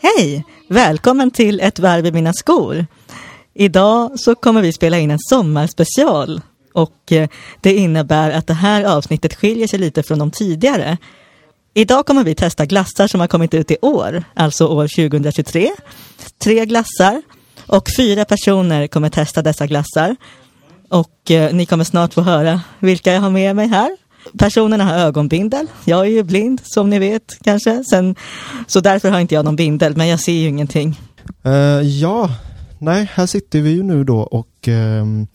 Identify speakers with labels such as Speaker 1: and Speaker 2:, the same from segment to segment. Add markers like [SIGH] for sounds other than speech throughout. Speaker 1: Hej! Välkommen till Ett varv i mina skor. Idag så kommer vi spela in en sommarspecial och eh, det innebär att det här avsnittet skiljer sig lite från de tidigare. Idag kommer vi testa glassar som har kommit ut i år, alltså år 2023. Tre glassar och fyra personer kommer testa dessa glassar. Och eh, ni kommer snart få höra vilka jag har med mig här. Personerna har ögonbindel. Jag är ju blind som ni vet kanske. Sen, så därför har inte jag någon bindel, men jag ser ju ingenting.
Speaker 2: Eh, ja, nej, här sitter vi ju nu då och ehm,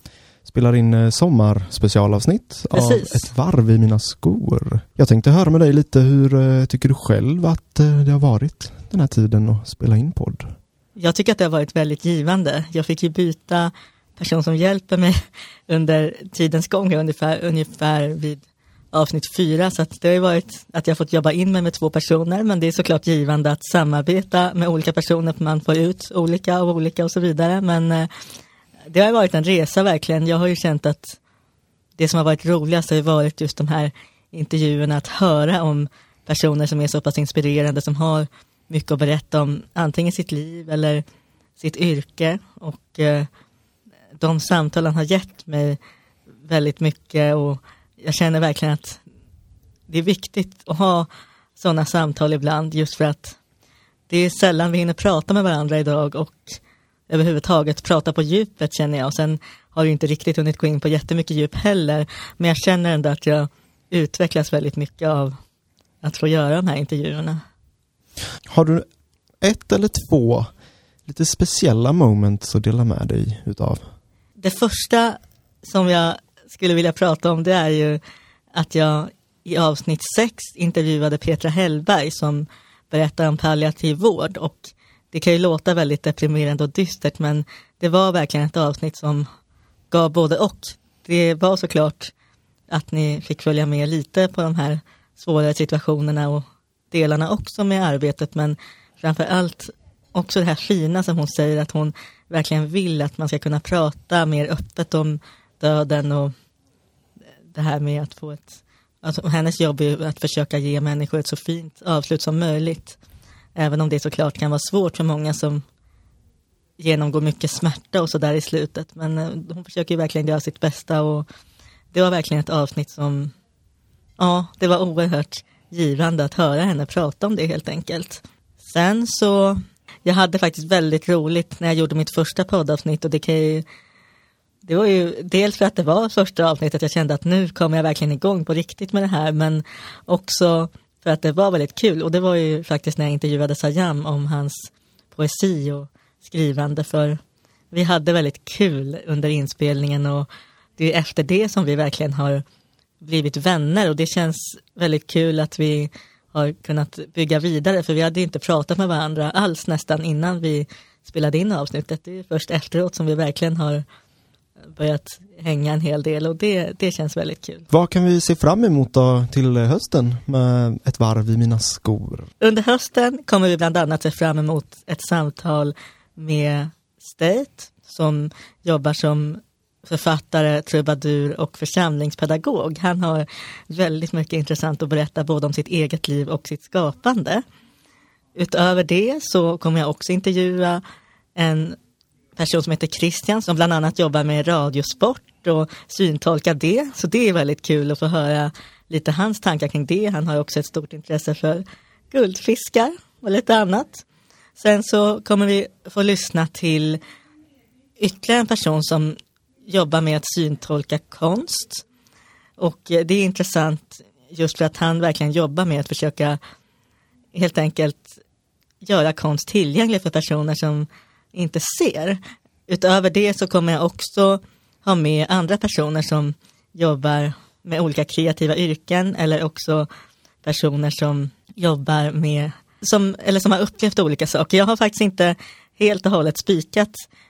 Speaker 2: spelar in eh, sommarspecialavsnitt
Speaker 1: Precis.
Speaker 2: av Ett varv i mina skor. Jag tänkte höra med dig lite hur eh, tycker du själv att eh, det har varit den här tiden att spela in podd?
Speaker 1: Jag tycker att det har varit väldigt givande. Jag fick ju byta person som hjälper mig [LAUGHS] under tidens gång, ungefär, ungefär vid avsnitt fyra. Så att det har ju varit att jag har fått jobba in mig med två personer, men det är såklart givande att samarbeta med olika personer, för man får ut olika och olika och så vidare. Men eh, det har ju varit en resa verkligen. Jag har ju känt att det som har varit roligast har ju varit just de här intervjuerna, att höra om personer som är så pass inspirerande, som har mycket att berätta om antingen sitt liv eller sitt yrke. Och eh, de samtalen har gett mig väldigt mycket och jag känner verkligen att det är viktigt att ha sådana samtal ibland just för att det är sällan vi hinner prata med varandra idag och överhuvudtaget prata på djupet känner jag. Sen har jag inte riktigt hunnit gå in på jättemycket djup heller, men jag känner ändå att jag utvecklas väldigt mycket av att få göra de här intervjuerna.
Speaker 2: Har du ett eller två lite speciella moments att dela med dig utav?
Speaker 1: Det första som jag skulle vilja prata om det är ju att jag i avsnitt sex intervjuade Petra Hellberg som berättar om palliativ vård och det kan ju låta väldigt deprimerande och dystert men det var verkligen ett avsnitt som gav både och. Det var såklart att ni fick följa med lite på de här svårare situationerna och delarna också med arbetet men framför allt också det här fina som hon säger att hon verkligen vill att man ska kunna prata mer öppet om döden och det här med att få ett... Alltså, hennes jobb är ju att försöka ge människor ett så fint avslut som möjligt. Även om det såklart kan vara svårt för många som genomgår mycket smärta och sådär i slutet. Men eh, hon försöker ju verkligen göra sitt bästa och det var verkligen ett avsnitt som... Ja, det var oerhört givande att höra henne prata om det helt enkelt. Sen så... Jag hade faktiskt väldigt roligt när jag gjorde mitt första poddavsnitt och det kan ju det var ju dels för att det var första avsnittet jag kände att nu kommer jag verkligen igång på riktigt med det här men också för att det var väldigt kul och det var ju faktiskt när jag intervjuade Sajam om hans poesi och skrivande för vi hade väldigt kul under inspelningen och det är efter det som vi verkligen har blivit vänner och det känns väldigt kul att vi har kunnat bygga vidare för vi hade inte pratat med varandra alls nästan innan vi spelade in avsnittet. Det är ju först efteråt som vi verkligen har börjat hänga en hel del och det, det känns väldigt kul.
Speaker 2: Vad kan vi se fram emot då till eh, hösten med Ett varv i mina skor?
Speaker 1: Under hösten kommer vi bland annat se fram emot ett samtal med State som jobbar som författare, trubadur och församlingspedagog. Han har väldigt mycket intressant att berätta både om sitt eget liv och sitt skapande. Utöver det så kommer jag också intervjua en person som heter Christian som bland annat jobbar med radiosport och syntolkar det. Så det är väldigt kul att få höra lite hans tankar kring det. Han har ju också ett stort intresse för guldfiskar och lite annat. Sen så kommer vi få lyssna till ytterligare en person som jobbar med att syntolka konst. Och eh, det är intressant just för att han verkligen jobbar med att försöka helt enkelt göra konst tillgänglig för personer som inte ser. Utöver det så kommer jag också ha med andra personer som jobbar med olika kreativa yrken eller också personer som jobbar med, som, eller som har upplevt olika saker. Jag har faktiskt inte helt och hållet spikat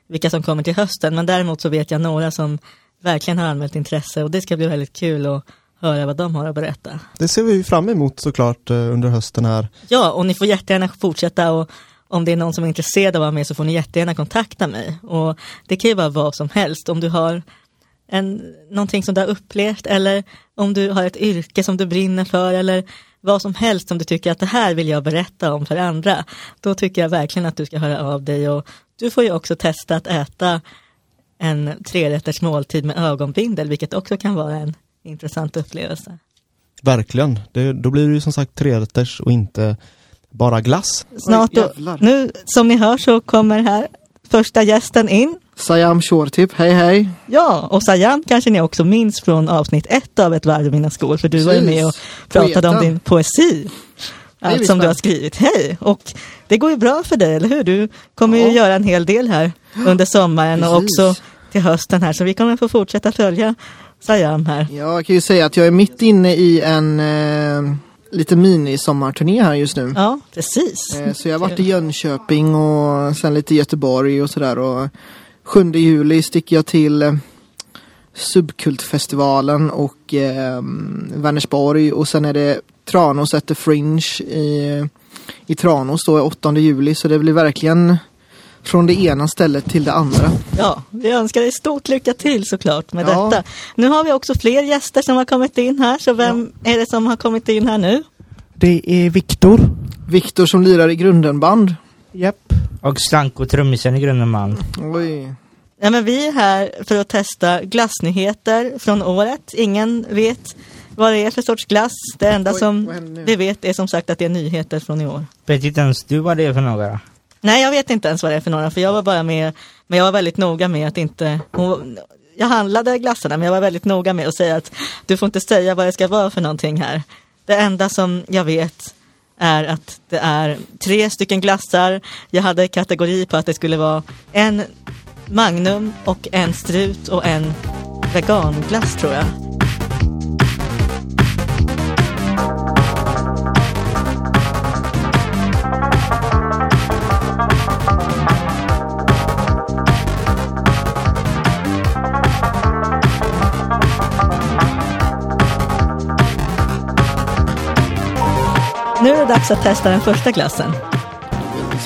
Speaker 1: vilka som kommer till hösten, men däremot så vet jag några som verkligen har anmält intresse och det ska bli väldigt kul att höra vad de har att berätta.
Speaker 2: Det ser vi fram emot såklart eh, under hösten här.
Speaker 1: Ja, och ni får jättegärna fortsätta och om det är någon som är intresserad av att vara med så får ni jättegärna kontakta mig. Och det kan ju vara vad som helst, om du har en, någonting som du har upplevt eller om du har ett yrke som du brinner för eller vad som helst som du tycker att det här vill jag berätta om för andra, då tycker jag verkligen att du ska höra av dig och du får ju också testa att äta en trerätters måltid med ögonbindel, vilket också kan vara en intressant upplevelse.
Speaker 2: Verkligen. Det, då blir det ju som sagt trerätters och inte bara glass.
Speaker 1: Snart,
Speaker 3: Oj,
Speaker 1: då,
Speaker 3: jävlar.
Speaker 1: nu som ni hör så kommer här första gästen in.
Speaker 3: Sayam Shortip, hej hej.
Speaker 1: Ja, och Sayam kanske ni också minns från avsnitt ett av Ett varv i mina skor, för du var ju
Speaker 3: Precis.
Speaker 1: med och pratade om
Speaker 3: Poeten.
Speaker 1: din poesi.
Speaker 3: är
Speaker 1: Allt
Speaker 3: visst
Speaker 1: som du
Speaker 3: sant.
Speaker 1: har skrivit. Hej! Och det går ju bra för dig, eller hur? Du kommer
Speaker 3: Ja.
Speaker 1: ju göra en hel del här under sommaren och
Speaker 3: Precis.
Speaker 1: också till hösten här, så vi kommer få fortsätta följa Sayam här.
Speaker 3: Jag kan ju säga att jag är mitt inne i en eh, lite mini-sommarturné här just nu.
Speaker 1: Ja, precis.
Speaker 3: Mm. Eh, så jag har varit i Jönköping och sen lite i Göteborg och sådär. Och 7 juli sticker jag till eh, Subkultfestivalen och eh, Vänersborg och sen är det Tranås at the Fringe i, i Tranås då 8 juli. Så det blir verkligen från det ena stället till det andra.
Speaker 1: Ja, vi önskar dig stort lycka till såklart med
Speaker 3: Ja.
Speaker 1: detta. Nu har vi också fler gäster som har kommit in här, så vem är det som har kommit in här nu?
Speaker 4: Det är Viktor.
Speaker 3: Viktor som lirar i Grundenband.
Speaker 4: Japp.
Speaker 5: Och Stanko, trummisen i Gröna Man.
Speaker 3: Oj.
Speaker 1: Ja, men vi är här för att testa glassnyheter från året. Ingen vet vad det är för sorts glass. Det enda
Speaker 3: Oj,
Speaker 1: som
Speaker 3: vad händer nu?
Speaker 1: vi vet är som sagt att det är nyheter från i år.
Speaker 5: Vet inte ens du vad det är för några?
Speaker 1: Nej, jag vet inte ens vad det är för några, för jag var bara med, men jag var väldigt noga med att inte, hon, jag handlade glassarna, men jag var väldigt noga med att säga att du får inte säga vad det ska vara för någonting här. Det enda som jag vet är att det är tre stycken glassar, jag hade kategori på att det skulle vara en Magnum och en strut och en veganglass tror jag. Nu är det dags att testa den första glassen.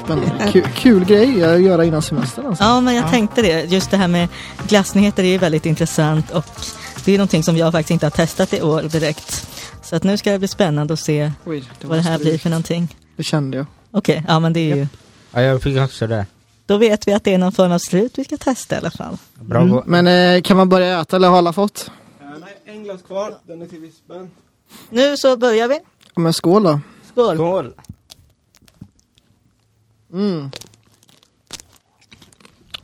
Speaker 3: Spännande. Kul, kul grej att göra innan semestern alltså.
Speaker 1: Ja, men jag tänkte det. Just det här med glassnyheter är ju väldigt intressant och det är någonting som jag faktiskt inte har testat i år direkt. Så att nu ska det bli spännande att se
Speaker 3: Oj, det,
Speaker 1: vad det här
Speaker 3: måste
Speaker 1: blir för någonting.
Speaker 3: Det kände jag.
Speaker 1: Okej, ja men det är ju...
Speaker 5: Ja, jag fick också det.
Speaker 1: Då vet vi att det är någon form av slut vi ska testa i alla fall.
Speaker 5: Bra
Speaker 4: Mm.
Speaker 5: gå-
Speaker 3: Men eh, kan man börja äta eller har alla fått?
Speaker 4: Nej, en glas kvar. Den är till vispen.
Speaker 1: Nu så börjar vi.
Speaker 3: Ja, men skål då.
Speaker 1: Skål!
Speaker 5: Skål!
Speaker 3: Mm.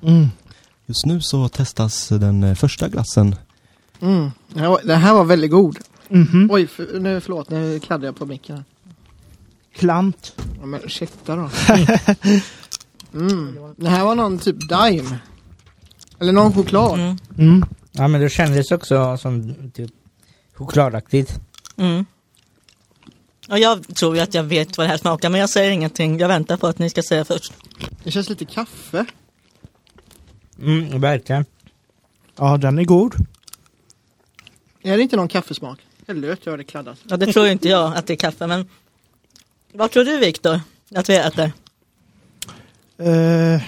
Speaker 4: Mm.
Speaker 2: Just nu så testas den eh, första glassen.
Speaker 3: Mm. Det, här var, det här var väldigt god.
Speaker 4: Mhm.
Speaker 3: Oj, för, nu, förlåt, nu kladdade jag på micken. här.
Speaker 4: Klant.
Speaker 3: Ja, men
Speaker 1: [LAUGHS]
Speaker 3: ursäkta då. Mm. Det här var någon typ Dime. Eller någon choklad.
Speaker 1: Mm,
Speaker 4: Mm.
Speaker 5: Ja men det kändes också som typ chokladaktigt.
Speaker 1: mm. Och jag tror ju att jag vet vad det här smakar men jag säger ingenting. Jag väntar på att ni ska säga först.
Speaker 3: Det känns lite kaffe.
Speaker 5: Mm, verkligen.
Speaker 4: Ja, den är god.
Speaker 3: Är det inte någon kaffesmak? Helvete, jag har det kladdat.
Speaker 1: Ja, det tror ju inte jag att det är kaffe men... Vad tror du Viktor? Att vi äter?
Speaker 4: Eh,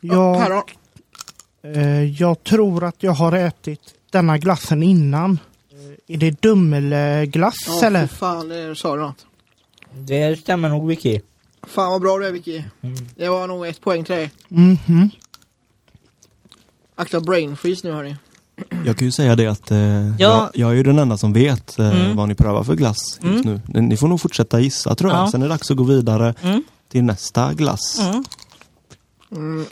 Speaker 3: Ja,
Speaker 4: jag,
Speaker 3: päron.
Speaker 4: eh, jag tror att jag har ätit denna glassen innan. Eh, är det dummelglass
Speaker 3: Ja, fy
Speaker 4: eller?
Speaker 3: fan, det sa du något.
Speaker 5: Det stämmer nog Vicky.
Speaker 3: Fan vad bra du är Vicky.
Speaker 5: Mm.
Speaker 3: Det var nog ett poäng till dig.
Speaker 4: Mhm.
Speaker 3: Akta brain freeze nu hörni.
Speaker 2: Jag kan ju säga det att eh, jag, jag är ju den enda som vet eh,
Speaker 1: Mm.
Speaker 2: vad ni prövar för glass just
Speaker 3: Mm.
Speaker 2: nu. Ni- Ni får nog fortsätta gissa tror jag.
Speaker 1: Ja.
Speaker 2: Sen är det dags att gå vidare
Speaker 1: Mm.
Speaker 2: till nästa glass.
Speaker 1: Mm.
Speaker 3: Mm.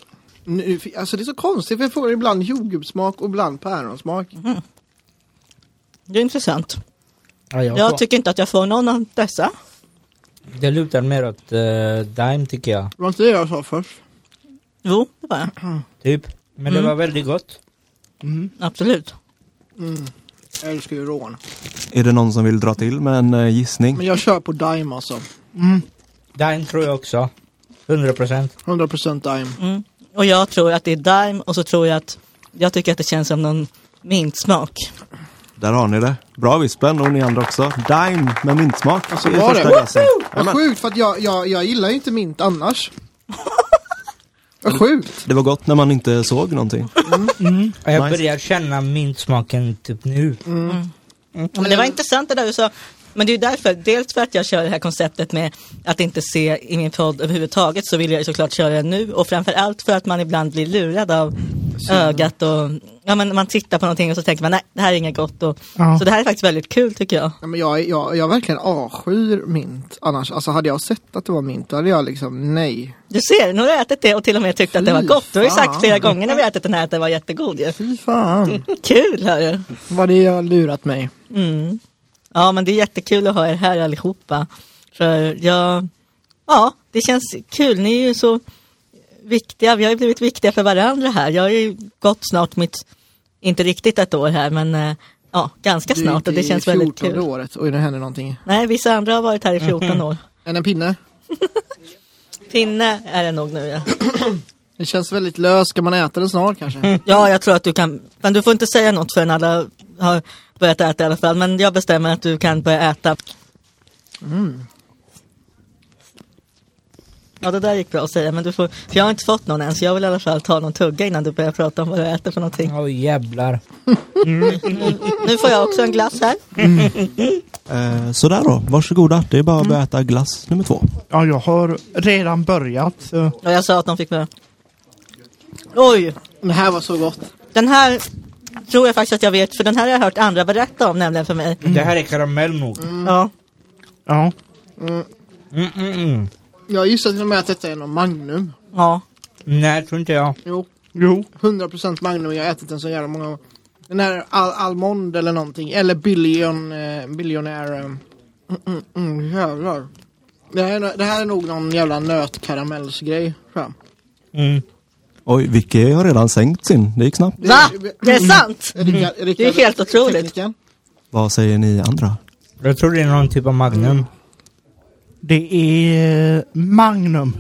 Speaker 3: Nu, alltså det är så konstigt för jag får ibland jordgubbssmak och ibland päronsmak.
Speaker 1: Det är intressant.
Speaker 5: Ja, jag
Speaker 1: Jag
Speaker 5: får-
Speaker 1: tycker inte att jag får någon av dessa.
Speaker 5: det lutar mer åt eh, Dime tycker jag.
Speaker 3: Var inte det jag sa först?
Speaker 1: Jo, det var jag.
Speaker 5: Typ. Men
Speaker 1: Mm.
Speaker 5: det var väldigt gott.
Speaker 4: Mm.
Speaker 1: Absolut.
Speaker 3: Mm. Jag älskar ju rån.
Speaker 2: Är det någon som vill dra till med en eh, gissning?
Speaker 3: Men jag kör på Dime alltså.
Speaker 4: Mm.
Speaker 5: Dime tror jag också. 100 procent.
Speaker 3: 100% Dime.
Speaker 1: Mm. Och jag tror att det är Dime och så tror jag att jag tycker att det känns som någon mintsmak.
Speaker 2: Där har ni det. Bra vispen och ni andra också. Dime med mintsmak.
Speaker 3: Alltså,
Speaker 2: i
Speaker 3: var
Speaker 2: första
Speaker 3: det?
Speaker 2: glassen.
Speaker 3: Vad
Speaker 2: Jajamän.
Speaker 3: sjukt för att jag, jag, jag gillar ju inte mint annars. Vad sjukt.
Speaker 2: Det var gott när man inte såg någonting.
Speaker 5: Jag
Speaker 2: Nice.
Speaker 5: börjar känna mintsmaken typ nu.
Speaker 1: Ja, men det var intressant det där du sa. Men det är ju därför, dels för att jag kör det här konceptet med att inte se i min podd överhuvudtaget så vill jag ju såklart köra det nu och framförallt för att man ibland blir lurad av ögat och ja, men man tittar på någonting och så tänker man nej det här är inget gott och,
Speaker 4: Ja.
Speaker 1: så det här är faktiskt väldigt kul tycker jag.
Speaker 3: Ja, men jag, jag, jag verkligen avskyr mint annars. Alltså hade jag sett att det var mint då hade jag liksom nej.
Speaker 1: Du ser, nu har jag ätit det och till och med tyckt att det var
Speaker 3: Fy
Speaker 1: gott. Du har ju
Speaker 3: fan.
Speaker 1: sagt flera gånger när vi har ätit den här att det var jättegod ju.
Speaker 3: Fy fan
Speaker 1: Kul hörru!
Speaker 3: vad det har lurat mig.
Speaker 1: Mm. Ja men det är jättekul att ha er här allihopa. För jag, ja det känns kul, ni är ju så viktiga, vi har ju blivit viktiga för varandra här. Jag har ju gått snart mitt, inte riktigt ett år här men eh, ja ganska
Speaker 3: Du är
Speaker 1: snart och
Speaker 3: inte
Speaker 1: det
Speaker 3: i
Speaker 1: känns väldigt
Speaker 3: 14
Speaker 1: kul.
Speaker 3: året och nu händer någonting.
Speaker 1: Nej vissa andra har
Speaker 3: [LAUGHS]
Speaker 1: varit här i 14 år.
Speaker 3: Än en pinne.
Speaker 1: Pinne är det nog nu ja.
Speaker 3: Det känns väldigt lös. Ska man äta den
Speaker 1: [LAUGHS]
Speaker 3: snart kanske?
Speaker 1: Ja, jag tror att du kan, men du får inte säga något förrän alla har börjat äta i alla fall. Men jag bestämmer att du kan börja äta. Ja, det där gick bra att säga, men du får, för jag har inte fått någon än, så jag vill i alla fall ta någon tugga innan du börjar prata om vad du äter för någonting.
Speaker 5: Oj jävlar.
Speaker 1: Nu får jag också en glass här.
Speaker 2: Eh, sådär då, varsågoda. Det är
Speaker 3: Mm.
Speaker 2: bara att börja äta glass nummer två.
Speaker 4: Ja, jag har redan börjat. Så.
Speaker 1: Och jag sa att de fick med. Oj,
Speaker 3: Det här var så gott.
Speaker 1: den här tror jag faktiskt att jag vet, för den här har jag hört andra berätta om nämligen för mig.
Speaker 5: Det här är karamell nog.
Speaker 1: Ja.
Speaker 4: Ja.
Speaker 5: Mm, mm, mm.
Speaker 3: Jag gissar till och med att detta är någon Magnum.
Speaker 1: ja.
Speaker 5: Nej, tror inte jag.
Speaker 3: Jo,
Speaker 4: Jo.
Speaker 3: 100% Magnum. Jag har ätit den så jävla många gånger. Den här al Almond eller någonting. Eller Billion... Eh, billionaire... Eh. Mm, mm, mm, jävlar. Det här, är, no- det här är nog någon jävla nötkaramellsgrej. tror jag.
Speaker 5: Mm.
Speaker 2: Oj, Vicky har redan sänkt sin. Det gick snabbt.
Speaker 3: Det-
Speaker 1: Va? Det är sant!
Speaker 3: Rickard- Rickard-
Speaker 1: Mm. Det är helt otroligt.
Speaker 3: teknikern.
Speaker 2: Vad säger ni andra?
Speaker 5: Jag tror det är någon typ av Magnum.
Speaker 4: Det är eh, Magnum.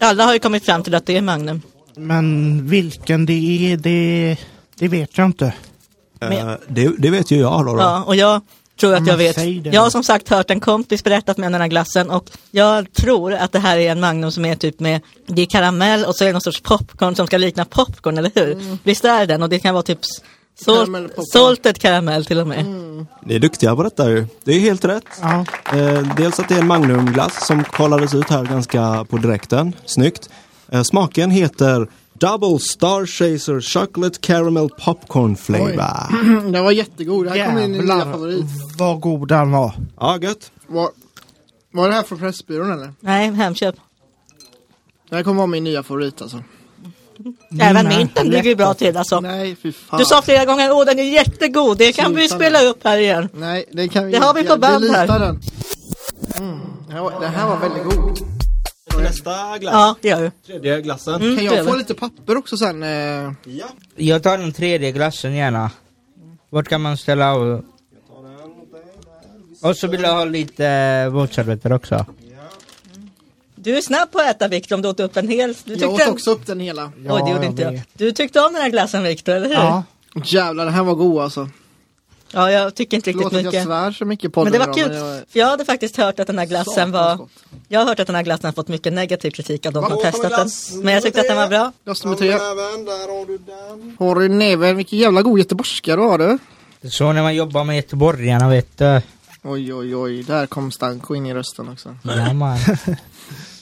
Speaker 1: Alla har ju kommit fram till att det är Magnum.
Speaker 4: Men vilken det är, det, det vet jag inte.
Speaker 1: Men-
Speaker 2: Eh, det, det vet ju jag då. då.
Speaker 1: Ja, och jag tror att
Speaker 4: Men
Speaker 1: jag
Speaker 4: man
Speaker 1: vet.
Speaker 4: säger det.
Speaker 1: Jag har som sagt hört en kompis berätta för mig om den här glassen och jag tror att det här är en Magnum som är typ med, det är karamell och så är det någon sorts popcorn som ska likna popcorn, eller hur? Visst är den? Och det kan vara typ s-
Speaker 3: Mm. Karamell,
Speaker 1: salt,
Speaker 3: popcorn. Mm.
Speaker 1: salted karamell till och med.
Speaker 2: Ni är duktiga på detta ju. Det är helt rätt.
Speaker 4: Ja.
Speaker 2: Eh, dels att det är en Magnumglass som kollades ut här ganska på direkten. Snyggt. Eh, smaken heter Double Star Chaser Chocolate Caramel Popcorn Flavor.
Speaker 3: [CLEARS THROAT] Den var jättegod. Det här kommer in i mina favorit.
Speaker 4: vad god den var.
Speaker 2: Ja, gött.
Speaker 3: Var, var det här från Pressbyrån eller?
Speaker 1: Nej, Hemköp.
Speaker 3: Det här kommer vara min nya favorit alltså.
Speaker 1: Även
Speaker 4: Mina
Speaker 1: mynten ligger ju bra till alltså.
Speaker 3: Nej, fy fan.
Speaker 1: Du sa flera gånger, åh den är jättegod, det kan vi
Speaker 3: Sluta
Speaker 1: spela upp här igen.
Speaker 3: Nej, det kan vi
Speaker 1: Det har vi
Speaker 3: inte.
Speaker 1: på band
Speaker 3: deletar
Speaker 1: här.
Speaker 3: Den. Mm, det, här var, det här var väldigt god.
Speaker 2: Nästa glass.
Speaker 1: Ja, det gör vi.
Speaker 2: Tredje glassen.
Speaker 1: Mm,
Speaker 3: Kan
Speaker 1: det gör
Speaker 3: jag
Speaker 1: vi.
Speaker 3: få lite papper också sen? Eh,
Speaker 2: Ja.
Speaker 5: Jag tar den tredje glassen gärna. Vart kan man ställa av? Och så vill jag ha lite eh, våtservetter också.
Speaker 1: Du är snabb på att äta Viktor om du åt upp en hel. Du
Speaker 3: jag
Speaker 1: tyckte,
Speaker 3: åt också upp den hela.
Speaker 1: Oj, det gjorde
Speaker 5: jag
Speaker 1: inte jag.
Speaker 5: vet.
Speaker 1: Du tyckte om den här glassen Viktor, eller hur?
Speaker 4: Ja.
Speaker 3: Jävlar, den här var god alltså.
Speaker 1: Ja, jag tycker inte riktigt
Speaker 3: Förlåt att jag
Speaker 1: mycket.
Speaker 3: svär så mycket på
Speaker 1: Men det var kul,
Speaker 3: var-
Speaker 1: för jag hade faktiskt hört att den här glassen
Speaker 3: Satans
Speaker 1: var...
Speaker 3: gott.
Speaker 1: Jag har hört att den här glassen har fått mycket negativ kritik av de som
Speaker 2: Vad
Speaker 1: har
Speaker 2: var
Speaker 1: testat den.
Speaker 2: glass
Speaker 1: Men jag tyckte att den var bra.
Speaker 3: Glass nummer tre.
Speaker 2: Även, där har du den.
Speaker 3: Har du näven, vilken jävla god göteborgska du har du.
Speaker 5: Så när man jobbar med göteborgarna vet du.
Speaker 3: Oj, oj, oj, där kom Stanko in i rösten också.
Speaker 5: Ja, man.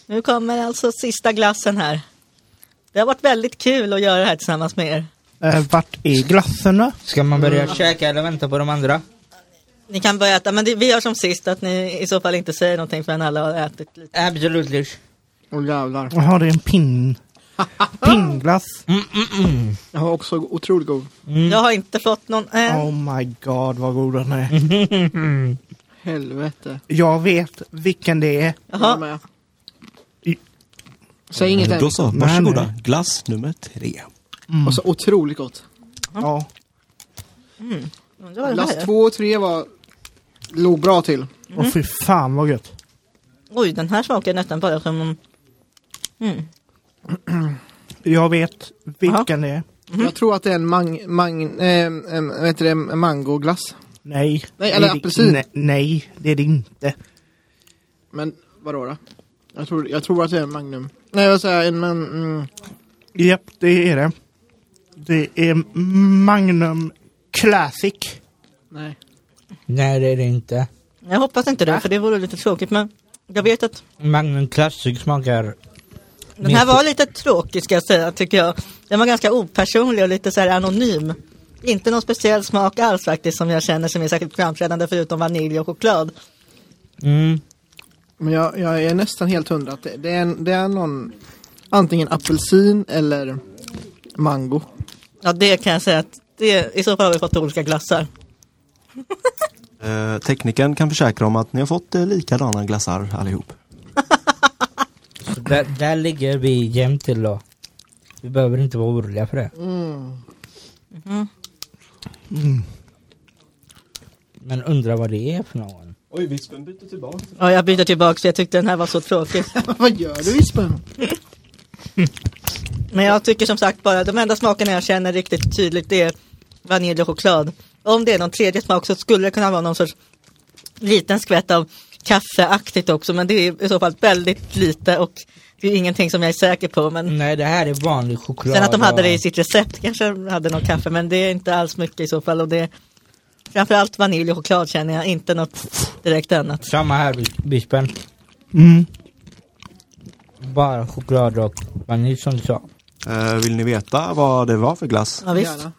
Speaker 1: Nu kommer alltså sista glassen här. Det har varit väldigt kul att göra det här tillsammans med er.
Speaker 4: Eh, vart är glassen då?
Speaker 5: Ska man börja käka eller vänta på de andra?
Speaker 1: Ni kan börja äta, men det, vi gör som sist att ni i så fall inte säger någonting förrän alla har ätit lite.
Speaker 5: Absolut. Lish.
Speaker 3: Åh jävlar.
Speaker 4: Jaha, det är en pin. Pinnglass.
Speaker 5: Mm, mm, mm.
Speaker 3: Den var också otroligt god.
Speaker 1: Jag har inte fått någon eh, än.
Speaker 4: Oh my god vad god den är.
Speaker 3: Helvete.
Speaker 4: Jag vet vilken det är.
Speaker 3: Jag
Speaker 1: Jaha.
Speaker 3: med.
Speaker 4: I-
Speaker 3: Säg inget än.
Speaker 2: Då så,
Speaker 4: Nej,
Speaker 2: varsågoda.
Speaker 4: nej.
Speaker 2: Glass nummer tre.
Speaker 3: Alltså otroligt gott.
Speaker 4: Ja.
Speaker 1: Undrar vad det här
Speaker 3: Last
Speaker 1: är.
Speaker 3: två och tre var... Låg bra till.
Speaker 4: Och fy fan vad gött.
Speaker 1: Oj, den här smakar nästan bara som... en- Mm.
Speaker 4: Jag vet vilken det är.
Speaker 1: Mhm.
Speaker 3: Jag tror att det är en mang... mang eh, eh, vad heter det? En mangoglass.
Speaker 4: Nej.
Speaker 3: Nej,
Speaker 4: Det
Speaker 3: eller
Speaker 4: är det-
Speaker 3: apelsin.
Speaker 4: Nej, nej, det är det inte.
Speaker 3: Men vadå då? Jag tror, jag tror att det är en Magnum. Nej, jag säger en... Men, mm,
Speaker 4: Japp, det är det. Det är Magnum Classic.
Speaker 3: nej.
Speaker 5: Nej det är det inte.
Speaker 1: Jag hoppas inte
Speaker 3: Äh.
Speaker 1: det, för det vore lite tråkigt. Men jag vet att
Speaker 5: Magnum Classic smakar...
Speaker 1: den här var lite tråkig ska jag säga, tycker jag. Den var ganska opersonlig och lite så här anonym. Inte någon speciell smak alls faktiskt som jag känner som är särskilt framträdande förutom vanilj och choklad.
Speaker 5: Mm.
Speaker 3: Men jag, jag är nästan helt hundra att det, det, är, en- det är någon antingen apelsin eller mango.
Speaker 1: Ja, det kan jag säga att det, i så fall har vi fått olika glassar.
Speaker 2: Eh, teknikern kan försäkra om att ni har fått eh, likadana glassar allihop.
Speaker 5: Så där, där ligger vi jämnt till då. Vi behöver inte vara oroliga för det.
Speaker 1: Mm.
Speaker 5: Men undrar vad det är för någon.
Speaker 2: Oj, vispen byter tillbaka.
Speaker 1: Ja, jag byter tillbaka för jag tyckte den här var så tråkig.
Speaker 3: [LAUGHS] Vad gör du Ispen?
Speaker 1: Men jag tycker som sagt bara de enda smakerna jag känner riktigt tydligt det är vanilj och choklad. Om det är någon tredje smak så skulle det kunna vara någon sorts liten skvätt av kaffeaktigt också men det är i så fall väldigt lite och det är ingenting som jag är säker på men
Speaker 5: Nej det här är vanlig choklad.
Speaker 1: sen att de hade det i
Speaker 5: och-
Speaker 1: sitt recept kanske hade någon kaffe men det är inte alls mycket i så fall och det är framförallt vanilj och choklad känner jag inte något direkt annat.
Speaker 5: Samma här Bis- Bispen.
Speaker 4: Mm.
Speaker 5: Bara choklad och vanilj som du sa.
Speaker 2: Eh, vill ni veta vad det var för glass?
Speaker 1: Ja, visst.
Speaker 3: Gärna.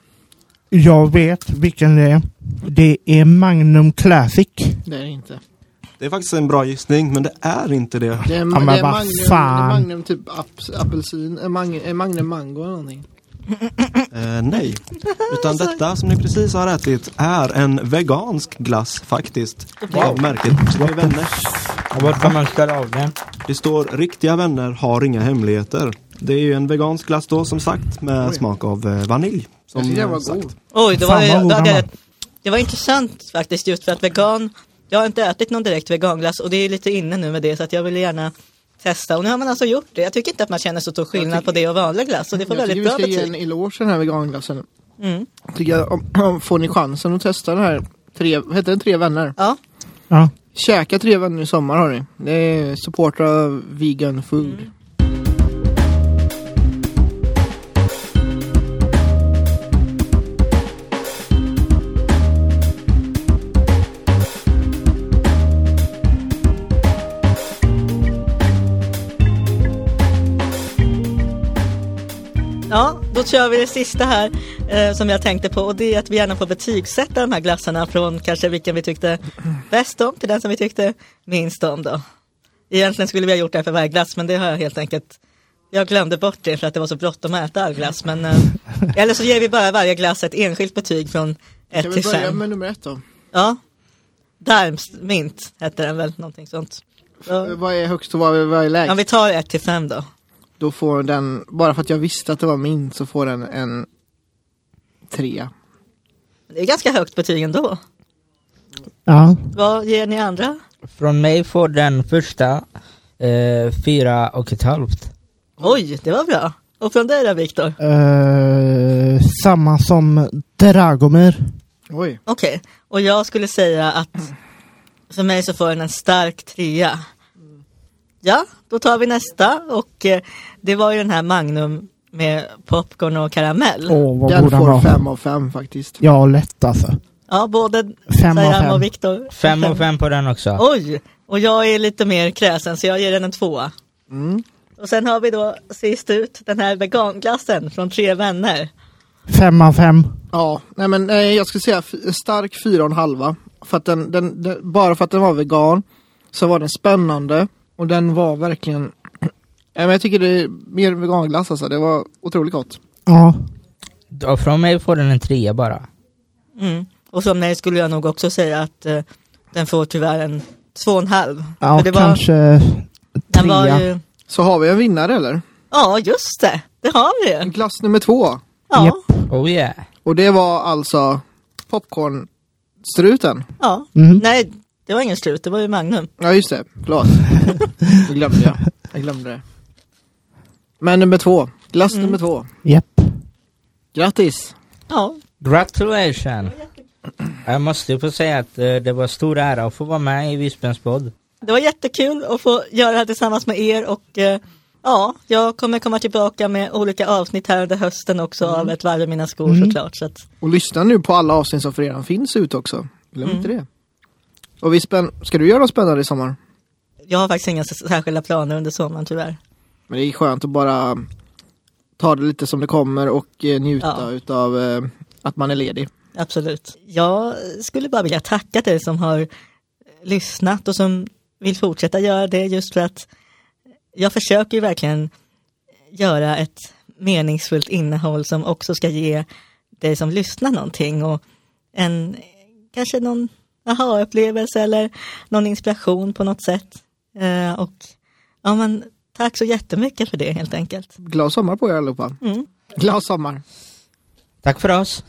Speaker 4: Jag vet vilken det är. Det är Magnum Classic.
Speaker 3: Det är det inte.
Speaker 2: Det är faktiskt en bra gissning, men det är inte det.
Speaker 3: Det är,
Speaker 4: men
Speaker 3: det är,
Speaker 4: vad
Speaker 3: magnum, det är
Speaker 4: fan.
Speaker 3: magnum typ ap- apelsin, eh, mang, eh, magnum mango eller någonting.
Speaker 2: Eh, nej, utan detta som ni precis har ätit är en vegansk glass faktiskt. Av märket Tre Vänner.
Speaker 5: Och vart kan man ställa av den?
Speaker 2: Det står riktiga vänner har inga hemligheter. Det är ju en vegansk glass då som sagt med smak av eh, vanilj. Som
Speaker 3: Jag tyckte den var
Speaker 2: sagt.
Speaker 3: god.
Speaker 1: Oj, det var,
Speaker 4: Fan, vad god
Speaker 1: det,
Speaker 4: han
Speaker 1: hade,
Speaker 4: var.
Speaker 1: det var intressant faktiskt just för att vegan, jag har inte ätit någon direkt veganglass och det är lite inne nu med det så att jag vill gärna testa och nu har man alltså gjort det. Jag tycker inte att man känner så stor skillnad på det och vanlig glass så det får
Speaker 3: Jag tycker
Speaker 1: väldigt
Speaker 3: vi
Speaker 1: bra
Speaker 3: ska ge en
Speaker 1: betyg.
Speaker 3: eloge till den här veganglassen.
Speaker 1: Mm.
Speaker 3: Tycker jag, om, om, får ni chansen att testa den här, tre, heter den Tre Vänner?
Speaker 1: Ja,
Speaker 4: Ja.
Speaker 3: Käka Tre Vänner i sommar har ni. Det är supportrar av vegan food.
Speaker 1: Mm. ja, då kör vi det sista här eh, som jag tänkte på och det är att vi gärna får betygsätta de här glassarna från kanske vilken vi tyckte bäst om till den som vi tyckte minst om då. Egentligen skulle vi ha gjort det här för varje glass men det har jag helt enkelt Jag glömde bort det för att det var så bråttom att äta all glass men eh, Eller så ger vi bara varje glass ett enskilt betyg från
Speaker 3: Kan
Speaker 1: 1
Speaker 3: vi
Speaker 1: till
Speaker 3: börja
Speaker 1: 5
Speaker 3: med nummer ett då?
Speaker 1: Ja Darmsmint hette den väl, någonting sånt
Speaker 3: Eh,
Speaker 1: så,
Speaker 3: Vad är högst och vad är, vad är lägst?
Speaker 1: Om vi tar 1 till 5 då
Speaker 3: Då får den, bara för att jag visste att det var min, så får den en trea.
Speaker 1: Det är ganska högt betyg ändå
Speaker 4: ja.
Speaker 1: Vad ger ni andra?
Speaker 5: Från mig får den första eh, fyra och ett halvt.
Speaker 1: Oj, det var bra Och från dig då Viktor?
Speaker 4: Eh, samma som Dragomir.
Speaker 3: Oj.
Speaker 1: Okej, och jag skulle säga att för mig så får den en stark trea. Ja, då tar vi nästa och eh, det var ju den här Magnum med popcorn och karamell.
Speaker 4: Åh oh, vad
Speaker 3: Den
Speaker 4: god han
Speaker 3: får
Speaker 4: var.
Speaker 3: fem av fem faktiskt.
Speaker 4: Ja lätt alltså.
Speaker 1: Ja, både
Speaker 4: Fem av
Speaker 1: Sayam
Speaker 4: fem.
Speaker 1: och Viktor.
Speaker 5: Fem och fem på den också.
Speaker 1: Oj, och jag är lite mer kräsen så jag ger den en tvåa.
Speaker 3: Mm.
Speaker 1: Och sen har vi då sist ut den här veganglassen från Tre Vänner.
Speaker 4: Fem av fem.
Speaker 3: Ja, nej men nej, jag skulle säga f- en stark fyra och en halva. För att den, den, den, bara för att den var vegan så var den spännande och den var verkligen [CLEARS THROAT] Nej, men jag tycker det är mer veganglass alltså, det var otroligt gott.
Speaker 4: Ja.
Speaker 5: Och från mig får den en trea bara.
Speaker 1: Mm. Och som nej skulle jag nog också säga att eh, den får tyvärr en två och en halv.
Speaker 4: Ja
Speaker 1: För det var-
Speaker 4: kanske
Speaker 1: Den var
Speaker 4: trea.
Speaker 1: ju...
Speaker 3: Så har vi en vinnare eller?
Speaker 1: Ja, just det. Det har vi ju.
Speaker 3: Glass nummer två.
Speaker 1: Ja,
Speaker 4: Japp.
Speaker 5: Oh yeah.
Speaker 3: Och det var alltså popcornstruten.
Speaker 1: ja.
Speaker 4: Mm.
Speaker 1: Nej, det var ingen slut, det var ju Magnum.
Speaker 3: Ja just det, förlåt. Det glömde jag. Jag glömde det. Men nummer två, glass nummer två.
Speaker 4: Japp.
Speaker 3: Grattis!
Speaker 1: Ja,
Speaker 5: Gratulation! Jag måste få säga att eh, det var stor ära att få vara med i Vispens podd.
Speaker 1: det var jättekul att få göra det här tillsammans med er och eh, ja, jag kommer komma tillbaka med olika avsnitt här under
Speaker 4: Mm.
Speaker 1: hösten också av ett varv i mina skor såklart. Så att,
Speaker 3: Och lyssna nu på alla avsnitt som för redan finns ute också. Glöm inte det. Och vi spänn... Ska du göra något spännande i sommar?
Speaker 1: Jag har faktiskt inga s- särskilda planer under sommaren tyvärr.
Speaker 3: Men det är skönt att bara ta det lite som det kommer och eh, njuta
Speaker 1: Ja.
Speaker 3: utav eh, att man är ledig.
Speaker 1: Absolut. Jag skulle bara vilja tacka dig som har lyssnat och som vill fortsätta göra det just för att jag försöker ju verkligen göra ett meningsfullt innehåll som också ska ge dig som lyssnar någonting och en kanske någon aha-upplevelse eller någon inspiration på något sätt. Eh, och ja, men tack så jättemycket för det helt enkelt.
Speaker 3: Glad sommar på er allihopa.
Speaker 1: Mm.
Speaker 3: Glad sommar.
Speaker 5: Tack för oss.